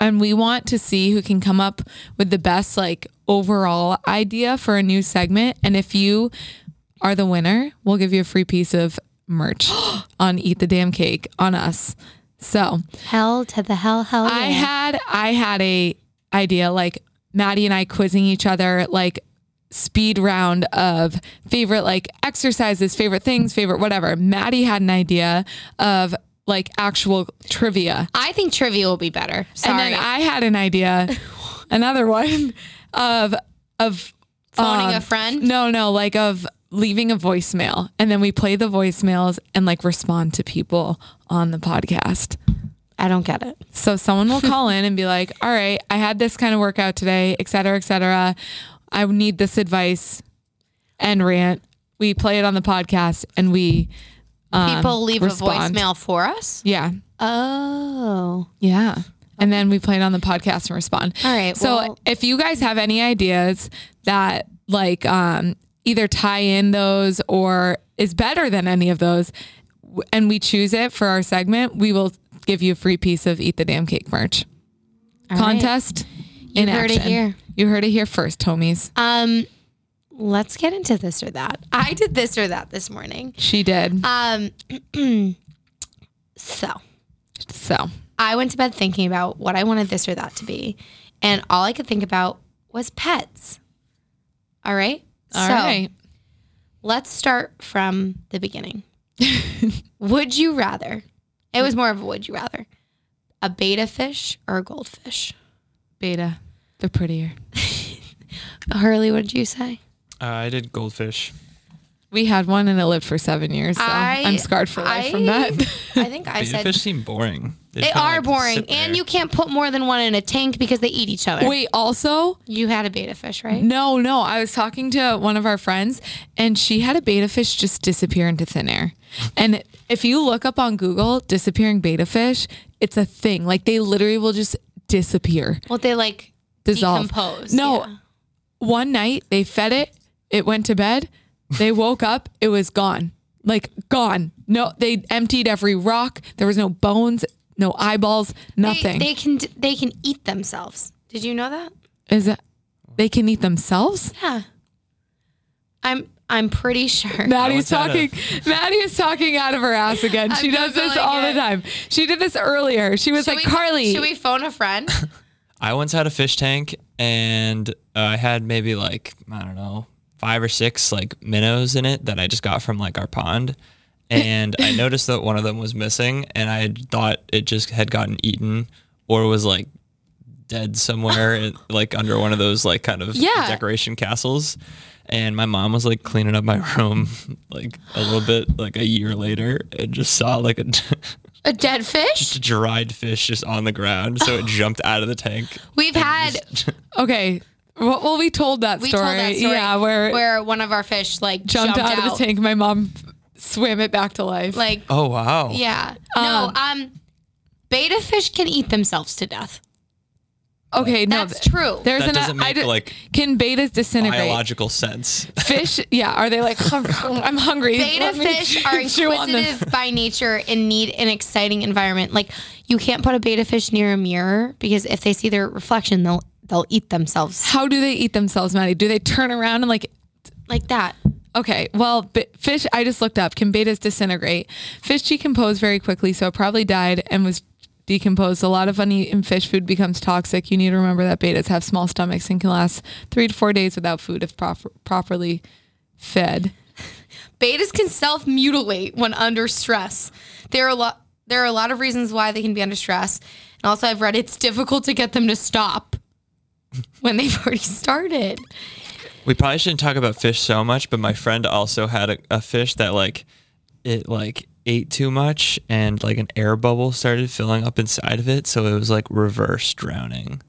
Speaker 2: and we want to see who can come up with the best like overall idea for a new segment. And if you are the winner, we'll give you a free piece of merch on Eat the Damn Cake on us. So
Speaker 1: Hell to the hell, hell.
Speaker 2: I
Speaker 1: yeah.
Speaker 2: had I had a idea like Maddie and I quizzing each other like speed round of favorite like exercises, favorite things, favorite whatever. Maddie had an idea of like actual trivia.
Speaker 1: I think trivia will be better. Sorry.
Speaker 2: And then I had an idea another one of of
Speaker 1: Phoning a
Speaker 2: um,
Speaker 1: friend?
Speaker 2: No, no, like of leaving a voicemail and then we play the voicemails and like respond to people on the podcast.
Speaker 1: I don't get it.
Speaker 2: So someone will call in and be like, all right, I had this kind of workout today, et cetera, et cetera. I need this advice and rant. We play it on the podcast and we um,
Speaker 1: People leave
Speaker 2: respond.
Speaker 1: a voicemail for us.
Speaker 2: Yeah.
Speaker 1: Oh.
Speaker 2: Yeah. And then we play it on the podcast and respond.
Speaker 1: All right,
Speaker 2: So
Speaker 1: well-
Speaker 2: if you guys have any ideas that like um, either tie in those or is better than any of those, w- and we choose it for our segment, we will give you a free piece of Eat the Damn Cake merch
Speaker 1: All right.
Speaker 2: contest. in
Speaker 1: heard it
Speaker 2: action.
Speaker 1: here.
Speaker 2: You heard it here first, homies.
Speaker 1: Um, let's get into this or that. I did this or that this morning.
Speaker 2: she did.
Speaker 1: Um, so
Speaker 2: so
Speaker 1: I went to bed thinking about what I wanted this or that to be, and all I could think about was pets. All right.
Speaker 2: all
Speaker 1: so
Speaker 2: right.
Speaker 1: let's start from the beginning. would you rather? It was more of a would you rather, a beta fish or a goldfish?
Speaker 2: Beta, they're prettier.
Speaker 1: Hurley, what did you say?
Speaker 3: Uh, I did goldfish.
Speaker 2: We had one and it lived for seven years, so
Speaker 1: I-
Speaker 2: I, am scarred for life from
Speaker 1: I-
Speaker 2: that.
Speaker 1: I think I said
Speaker 3: fish seem boring.
Speaker 1: They are boring, and you can't put more than one in a tank because they eat each other.
Speaker 2: Wait, also,
Speaker 1: You had a beta fish, right?
Speaker 2: no, no. I was talking to one of our friends and she had a beta fish just disappear into thin air. And if you look up on Google, disappearing beta fish, it's a thing. Like they literally will just disappear.
Speaker 1: Well, they like
Speaker 2: Dissolve.
Speaker 1: decompose.
Speaker 2: No.
Speaker 1: yeah.
Speaker 2: One night they fed it, It went to bed. They woke up. It was gone. Like gone. No, they emptied every rock. There was no bones, no eyeballs,
Speaker 1: They,
Speaker 2: nothing.
Speaker 1: they can they can eat themselves. Did you know that?
Speaker 2: Is that they can eat themselves?
Speaker 1: Yeah. I'm I'm pretty sure.
Speaker 2: Maddie's
Speaker 3: How
Speaker 2: talking.
Speaker 3: is
Speaker 2: Maddie is talking out of her ass again. She
Speaker 1: I'm
Speaker 2: does this
Speaker 1: Googling
Speaker 2: all
Speaker 1: it.
Speaker 2: the time. She did this earlier. She was
Speaker 1: Should
Speaker 2: like,
Speaker 1: we-
Speaker 2: "Carly,
Speaker 1: Should we phone a friend?
Speaker 3: I once had a fish tank and uh, I had maybe like, I don't know, five or six like minnows in it that I just got from like our pond. And I noticed that one of them was missing and I had thought it just had gotten eaten or was like dead somewhere in- like under one of those like kind of
Speaker 2: Yeah.
Speaker 3: decoration castles. And my mom was like cleaning up my room like a little bit like a year later and just saw like a
Speaker 1: A dead fish?
Speaker 3: dried fish just on the ground. So it jumped out of the tank.
Speaker 1: We've had
Speaker 2: okay." Well, well, we told that
Speaker 1: we
Speaker 2: story.
Speaker 1: told that story
Speaker 2: yeah, where,
Speaker 1: where one of our fish like
Speaker 2: jumped, out, of the tank. My mom swam it back to life.
Speaker 1: Like
Speaker 3: Oh wow.
Speaker 1: yeah. no, um beta fish can eat themselves to death.
Speaker 2: okay, no,
Speaker 1: That's true.
Speaker 2: There's
Speaker 3: That
Speaker 2: an
Speaker 3: doesn't
Speaker 2: I
Speaker 3: make,
Speaker 2: did-
Speaker 3: like,
Speaker 2: can betas disintegrate?
Speaker 3: Biological sense.
Speaker 2: Fish, yeah. Are they like I'm hungry?
Speaker 1: Beta
Speaker 2: let me
Speaker 1: fish are
Speaker 2: chew on this."
Speaker 1: inquisitive by nature and need an exciting environment. Like you can't put a beta fish near a mirror because if they see their reflection, they'll they'll eat themselves
Speaker 2: How do they eat themselves, Maddie? Do they turn around and like
Speaker 1: like that.
Speaker 2: Okay, well, b- fish, I just looked up, can betas disintegrate? Fish decompose very quickly, so it probably died and was decomposed. A lot of uneaten fish food becomes toxic. You need to remember that betas have small stomachs and can last three to four days without food if proper, properly fed.
Speaker 1: Betas can self mutilate when under stress. There are a lot. There are a lot of reasons why they can be under stress, and also I've read it's difficult to get them to stop when they've already started.
Speaker 3: We probably shouldn't talk about fish so much, but my friend also had a, a fish that like it like ate too much and like an air bubble started filling up inside of it, so it was like reverse drowning.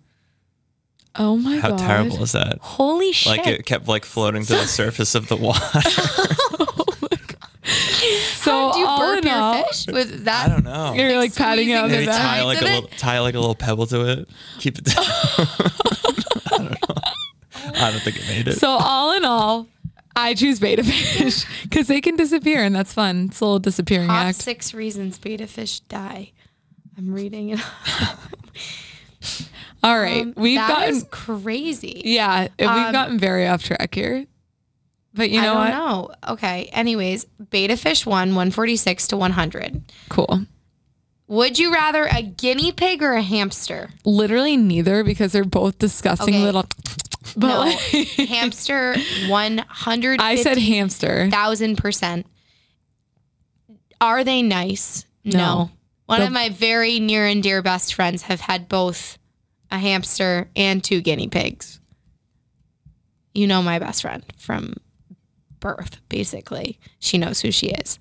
Speaker 2: Oh my Oh,
Speaker 3: How
Speaker 2: God.
Speaker 3: terrible is that?
Speaker 1: Holy shit!
Speaker 3: Like it kept like floating to the surface of the water.
Speaker 2: So,
Speaker 1: Do you
Speaker 2: all
Speaker 1: burp
Speaker 2: in
Speaker 1: your
Speaker 2: all,
Speaker 1: fish with
Speaker 3: I
Speaker 1: that?
Speaker 3: don't know.
Speaker 2: you're like patting it on the
Speaker 1: Squeezing
Speaker 3: Maybe
Speaker 1: the
Speaker 2: back.
Speaker 3: tie
Speaker 1: sides
Speaker 3: like a
Speaker 1: of it?
Speaker 3: little tie like a little pebble to it. Keep it. down. I don't know. I don't think it made it.
Speaker 2: So all in all, I choose beta fish because they can disappear and that's fun. It's a little disappearing
Speaker 1: Top
Speaker 2: act.
Speaker 1: six reasons beta fish die. I'm reading it.
Speaker 2: All right, we've
Speaker 1: Um, That
Speaker 2: gotten
Speaker 1: is crazy.
Speaker 2: Yeah, we've gotten very off track here. But you know
Speaker 1: Um, I
Speaker 2: what?
Speaker 1: don't know. Okay. Anyways, beta fish won 146 to 100.
Speaker 2: Cool.
Speaker 1: Would you rather a guinea pig or a hamster?
Speaker 2: Literally neither because they're both disgusting
Speaker 1: Okay.
Speaker 2: little. But
Speaker 1: No.
Speaker 2: like,
Speaker 1: hamster 100.
Speaker 2: I said hamster.
Speaker 1: thousand percent. Are they nice? No.
Speaker 2: No.
Speaker 1: One
Speaker 2: The-
Speaker 1: of my very near and dear best friends have had both a hamster and two guinea pigs. You know my best friend from birth, basically. She knows who she is.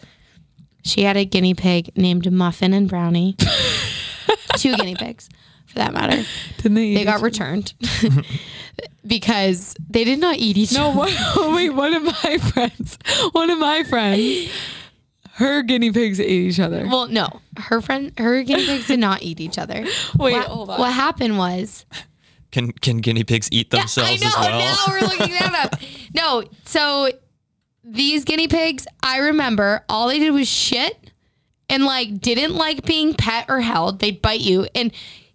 Speaker 1: She had a guinea pig named Muffin and Brownie. two guinea pigs, for that matter.
Speaker 2: Didn't they?
Speaker 1: They got returned because they did not eat each
Speaker 2: no. One, oh, wait, one of my friends. One of my friends. Her guinea pigs ate each other.
Speaker 1: Well, no, her friend, her guinea pigs did not eat each other.
Speaker 2: Wait,
Speaker 1: what,
Speaker 2: hold on.
Speaker 1: What happened was
Speaker 3: Can can guinea pigs eat
Speaker 1: I
Speaker 3: themselves
Speaker 1: know.
Speaker 3: as well?
Speaker 1: Now we're looking that up. No, so these guinea pigs, I remember all they did was shit and like didn't like being pet or held. They'd bite you and.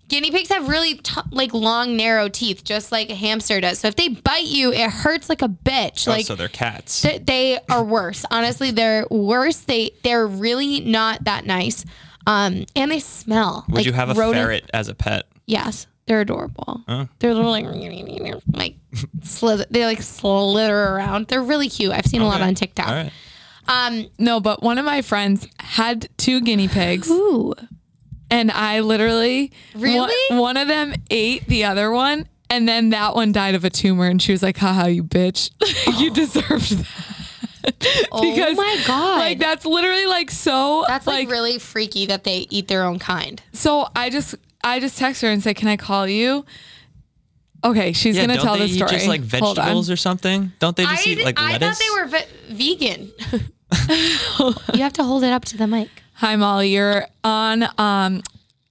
Speaker 1: Guinea pigs have really t- like long, narrow teeth, just like a hamster does. So if they bite you, it hurts like a bitch.
Speaker 3: Oh,
Speaker 1: like
Speaker 3: so they're cats.
Speaker 1: Th- they are worse. Honestly, they're worse. They they're really not that nice. Um, and they smell.
Speaker 3: Would you have a ferret as a pet?
Speaker 1: Yes, they're adorable. They're little like like slither. They like slither around. They're really cute. I've seen a lot
Speaker 3: Okay.
Speaker 1: on TikTok.
Speaker 3: All right.
Speaker 2: No, but one of my friends had two guinea pigs,
Speaker 1: Ooh,
Speaker 2: and I literally one,
Speaker 1: Really?
Speaker 2: one of them ate the other one, and then that one died of a tumor, and she was like, "Haha, you bitch, you deserved that."
Speaker 1: oh my god,
Speaker 2: Like that's literally like so.
Speaker 1: that's like, really freaky that they eat their own kind.
Speaker 2: so. I just I just text her and said, "Can I call you?" Okay, she's
Speaker 3: Yeah,
Speaker 2: gonna
Speaker 3: don't
Speaker 2: tell
Speaker 3: they
Speaker 2: the story.
Speaker 3: Eat just like
Speaker 2: Hold on.
Speaker 3: vegetables or something. Don't they just
Speaker 1: I,
Speaker 3: eat like
Speaker 1: I
Speaker 3: lettuce?
Speaker 1: thought they were ve- vegan. you have to hold it up to the mic.
Speaker 2: Hi Molly, you're on um,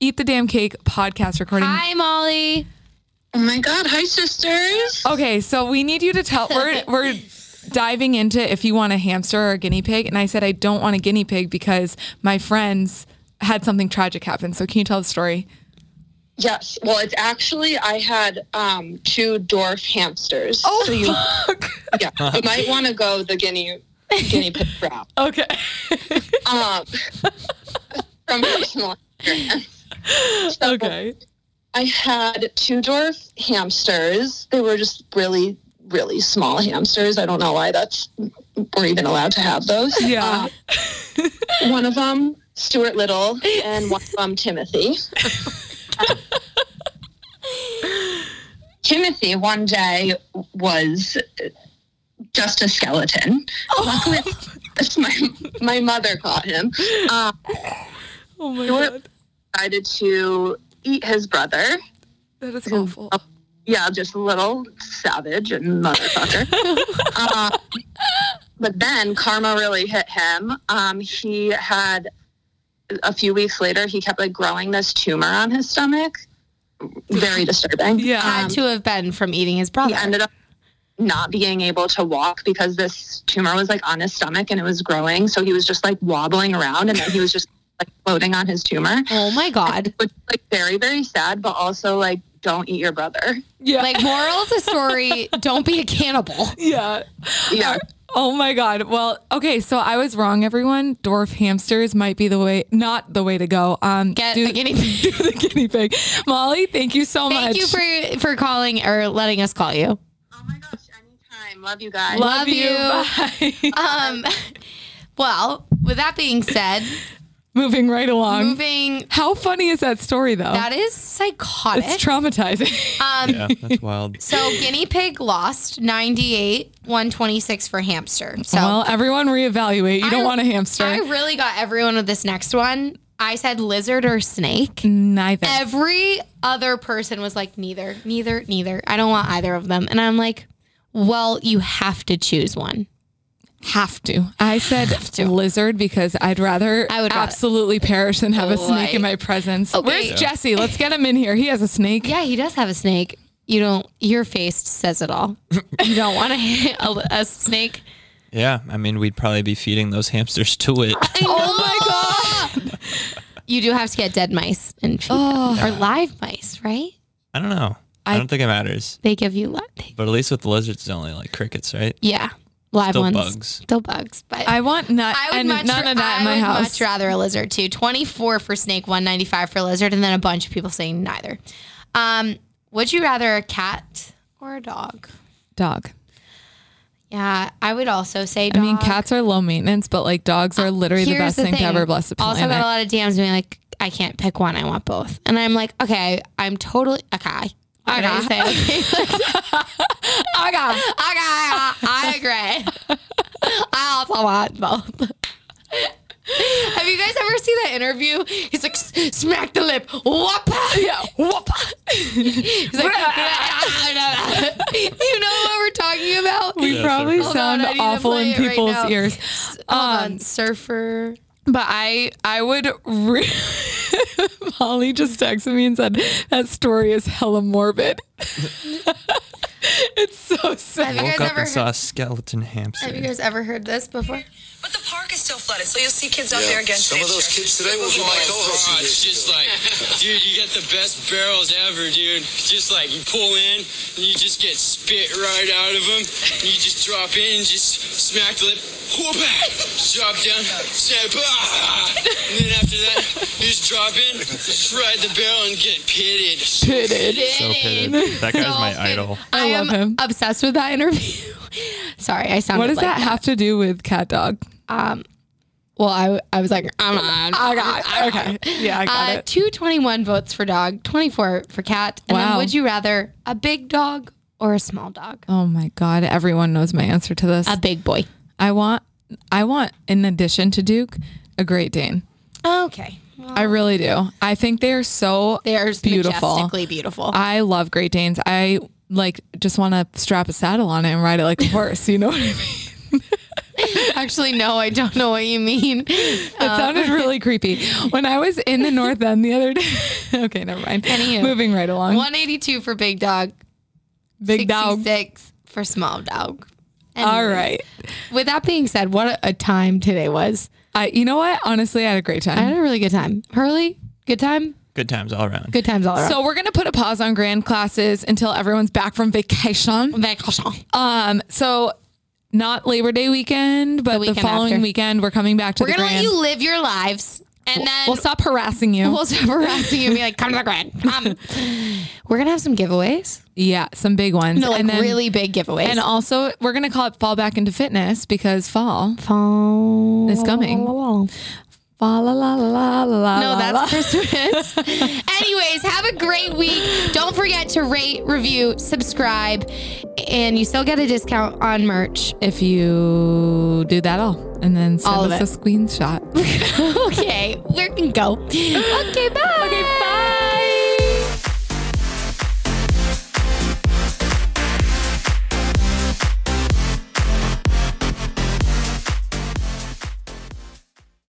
Speaker 2: Eat the Damn Cake podcast recording.
Speaker 1: Hi, Molly.
Speaker 4: Oh my god, hi sisters.
Speaker 2: Okay, so we need you to tell. We're we're diving into if you want a hamster or a guinea pig. And I said, I don't want a guinea pig because my friends had something tragic happen. So can you tell the story?
Speaker 4: Yes. Well, it's actually I had um, two dwarf hamsters.
Speaker 2: Oh,
Speaker 4: so you, yeah. You might want to go the guinea guinea pig route.
Speaker 2: Okay.
Speaker 4: Um, from personal experience. So
Speaker 2: Okay.
Speaker 4: I had two dwarf hamsters. They were just really, really small hamsters. I don't know why that's we're even allowed to have those.
Speaker 2: Yeah.
Speaker 4: Uh, one of them, Stuart Little, and one of them, Timothy. Timothy one day was just a skeleton. Luckily, my my mother caught him. Uh,
Speaker 2: Oh my
Speaker 4: Stuart
Speaker 2: God.
Speaker 4: decided to eat his brother.
Speaker 2: That is awful.
Speaker 4: yeah, just a little savage and motherfucker. uh, but then karma really hit him. Um, he had a few weeks later, he kept like growing this tumor on his stomach. Very disturbing.
Speaker 2: Yeah.
Speaker 4: Um,
Speaker 1: had to have been from eating his
Speaker 4: he
Speaker 1: brother.
Speaker 4: ended up not being able to walk because this tumor was like on his stomach and it was growing. So he was just like wobbling around and then he was just like floating on his tumor,
Speaker 1: oh my god.
Speaker 4: which is like very, very sad, but also like, don't eat your brother.
Speaker 2: Yeah.
Speaker 1: Like moral of the story, don't be a cannibal.
Speaker 2: yeah.
Speaker 4: Yeah.
Speaker 2: Oh my God. Well, okay. So I was wrong, everyone. Dwarf hamsters might be the way, not the way to go. Um,
Speaker 1: Get
Speaker 2: do-
Speaker 1: a guinea pig.
Speaker 2: do the guinea pig. Molly, thank you so much.
Speaker 1: Thank you for for calling or letting us call you.
Speaker 4: Oh my gosh, anytime. Love you guys.
Speaker 1: Love you.
Speaker 2: Bye.
Speaker 1: Um well, with that being said,
Speaker 2: Moving right along.
Speaker 1: moving
Speaker 2: How funny is that story, though?
Speaker 1: that is psychotic.
Speaker 2: it's traumatizing.
Speaker 1: um
Speaker 3: Yeah, that's wild.
Speaker 1: so guinea pig lost 98, 126 for hamster. So
Speaker 2: well, everyone reevaluate. You don't
Speaker 1: I-
Speaker 2: want a hamster.
Speaker 1: I really got everyone with this next one. I said lizard or snake.
Speaker 2: Neither.
Speaker 1: Every other person was like, neither, neither, neither. I don't want either of them. And I'm like, well, you have to choose one.
Speaker 2: have to. I said lizard because I'd rather
Speaker 1: I would rather-
Speaker 2: absolutely perish than have a snake in
Speaker 1: Like-
Speaker 2: my presence. Where's
Speaker 1: Yeah.
Speaker 2: Jesse? Let's get him in here. He has a snake.
Speaker 1: Yeah, he does have a snake. You don't, your face says it all. you don't want a, a, a snake.
Speaker 3: Yeah, I mean, we'd probably be feeding those hamsters to it.
Speaker 1: Oh my God. You do have to get dead mice and feed them. Or live mice, right?
Speaker 3: I don't know. I, don't think it matters.
Speaker 1: They give you, li-
Speaker 3: But at least with the lizards, it's only like crickets, right?
Speaker 1: yeah, live
Speaker 3: Still
Speaker 1: ones.
Speaker 3: bugs.
Speaker 1: Still bugs. But
Speaker 2: I want not
Speaker 1: I would
Speaker 2: and
Speaker 1: much
Speaker 2: none of that
Speaker 1: I
Speaker 2: in my
Speaker 1: would
Speaker 2: house.
Speaker 1: much rather a lizard too. Twenty four for snake, one ninety five for lizard, and then a bunch of people saying neither. Um, would you rather a cat or a dog?
Speaker 2: Dog.
Speaker 1: Yeah, I would also say.
Speaker 2: I
Speaker 1: Dog. Uh,
Speaker 2: mean, cats are low maintenance, but like dogs are literally the
Speaker 1: Here's
Speaker 2: best thing, to ever bless the planet.
Speaker 1: Also, got a lot of DMs being like, "I can't pick one. I want both." And I'm like, "Okay, I'm totally okay." What did I
Speaker 2: Okay.
Speaker 1: say? Okay,
Speaker 2: oh god.
Speaker 1: okay, I agree. I also want both. Have you guys ever seen that interview? He's like, "S- smack the lip, whoop.
Speaker 2: Yeah. Whoop.
Speaker 1: He's like, you know what we're talking about?
Speaker 2: We
Speaker 3: Yeah,
Speaker 2: probably
Speaker 3: sure.
Speaker 2: sound
Speaker 1: Hold on, I need to
Speaker 2: awful
Speaker 1: play
Speaker 2: in
Speaker 1: it right
Speaker 2: people's
Speaker 1: now.
Speaker 2: ears.
Speaker 1: Hold
Speaker 2: Um,
Speaker 1: on, surfer.
Speaker 2: But I I would re- Molly just texted me and said that story is hella morbid. it's so
Speaker 1: Have
Speaker 2: sad.
Speaker 1: you guys
Speaker 3: Woke up
Speaker 1: ever
Speaker 3: and saw
Speaker 1: heard,
Speaker 3: a skeleton hamster.
Speaker 1: have you guys ever heard this before?
Speaker 5: But the park is still flooded, so you'll see kids out there again.
Speaker 6: Some of
Speaker 5: today,
Speaker 6: those
Speaker 5: sure.
Speaker 6: kids today will be my co-hosts.
Speaker 7: Oh, it's just like, dude, you got the best barrels ever, dude. Just like you pull in and you just get spit right out of them. And you just drop in and just smack the lip, whoop back, drop down, snap, ah! and then after that, you just drop in, just ride the barrel and get pitted.
Speaker 3: so pitted. That guy's my idol.
Speaker 1: I,
Speaker 2: I love
Speaker 1: am
Speaker 2: him.
Speaker 1: obsessed with that interview. Sorry, I sounded
Speaker 2: What does
Speaker 1: like
Speaker 2: that have to do with cat dog?
Speaker 1: Well, I, I was like, I'm on.
Speaker 2: I got okay. Yeah, I got
Speaker 1: Uh,
Speaker 2: it.
Speaker 1: 221 votes for dog, 24 for cat. And then
Speaker 2: Wow.
Speaker 1: would you rather a big dog or a small dog?
Speaker 2: Oh my god, everyone knows my answer to this.
Speaker 1: A big boy.
Speaker 2: I want I want in addition to Duke, a Great Dane.
Speaker 1: Okay. Well,
Speaker 2: I really do. I think they are so
Speaker 1: they are
Speaker 2: beautiful.
Speaker 1: majestically beautiful. Uh,
Speaker 2: I love Great Danes. I like just want to strap a saddle on it and ride it like a horse. You know what I mean?
Speaker 1: Actually, no, I don't know what you mean. Uh,
Speaker 2: It sounded really creepy. When I was in the North End the other day. okay, never mind.
Speaker 1: Anywho.
Speaker 2: Moving right along.
Speaker 1: 182 for big dog,
Speaker 2: Big dog.
Speaker 1: 66 for small dog.
Speaker 2: All right.
Speaker 1: With that being said, what a time today was.
Speaker 2: I, you know what? Honestly, I had a great
Speaker 1: I
Speaker 2: time.
Speaker 1: had a really good time. Hurley, good time.
Speaker 3: Good times all around.
Speaker 1: Good times all around.
Speaker 2: So we're gonna put a pause on grand classes until everyone's back from vacation.
Speaker 1: vacation.
Speaker 2: Um, so not Labor Day weekend, but the,
Speaker 1: weekend
Speaker 2: following
Speaker 1: after.
Speaker 2: weekend we're coming back to
Speaker 1: We're
Speaker 2: the
Speaker 1: gonna
Speaker 2: grand.
Speaker 1: let you live your lives, and then
Speaker 2: we'll stop harassing you.
Speaker 1: we'll stop harassing you and be like, "Come to the grand." Come. We're gonna have some giveaways.
Speaker 2: yeah, some big ones.
Speaker 1: No, like
Speaker 2: and then,
Speaker 1: really big giveaways.
Speaker 2: and also we're gonna call it fall back into fitness because fall.
Speaker 1: Fall
Speaker 2: It's coming. Fall la la la la la.
Speaker 1: No,
Speaker 2: la,
Speaker 1: that's
Speaker 2: la.
Speaker 1: Christmas. Anyways, have a great week. Don't forget to rate, review, subscribe, and you still get a discount on merch.
Speaker 2: if you do that all and then send
Speaker 1: All of
Speaker 2: us a screenshot.
Speaker 1: okay, where can go? Okay, bye. Okay, bye.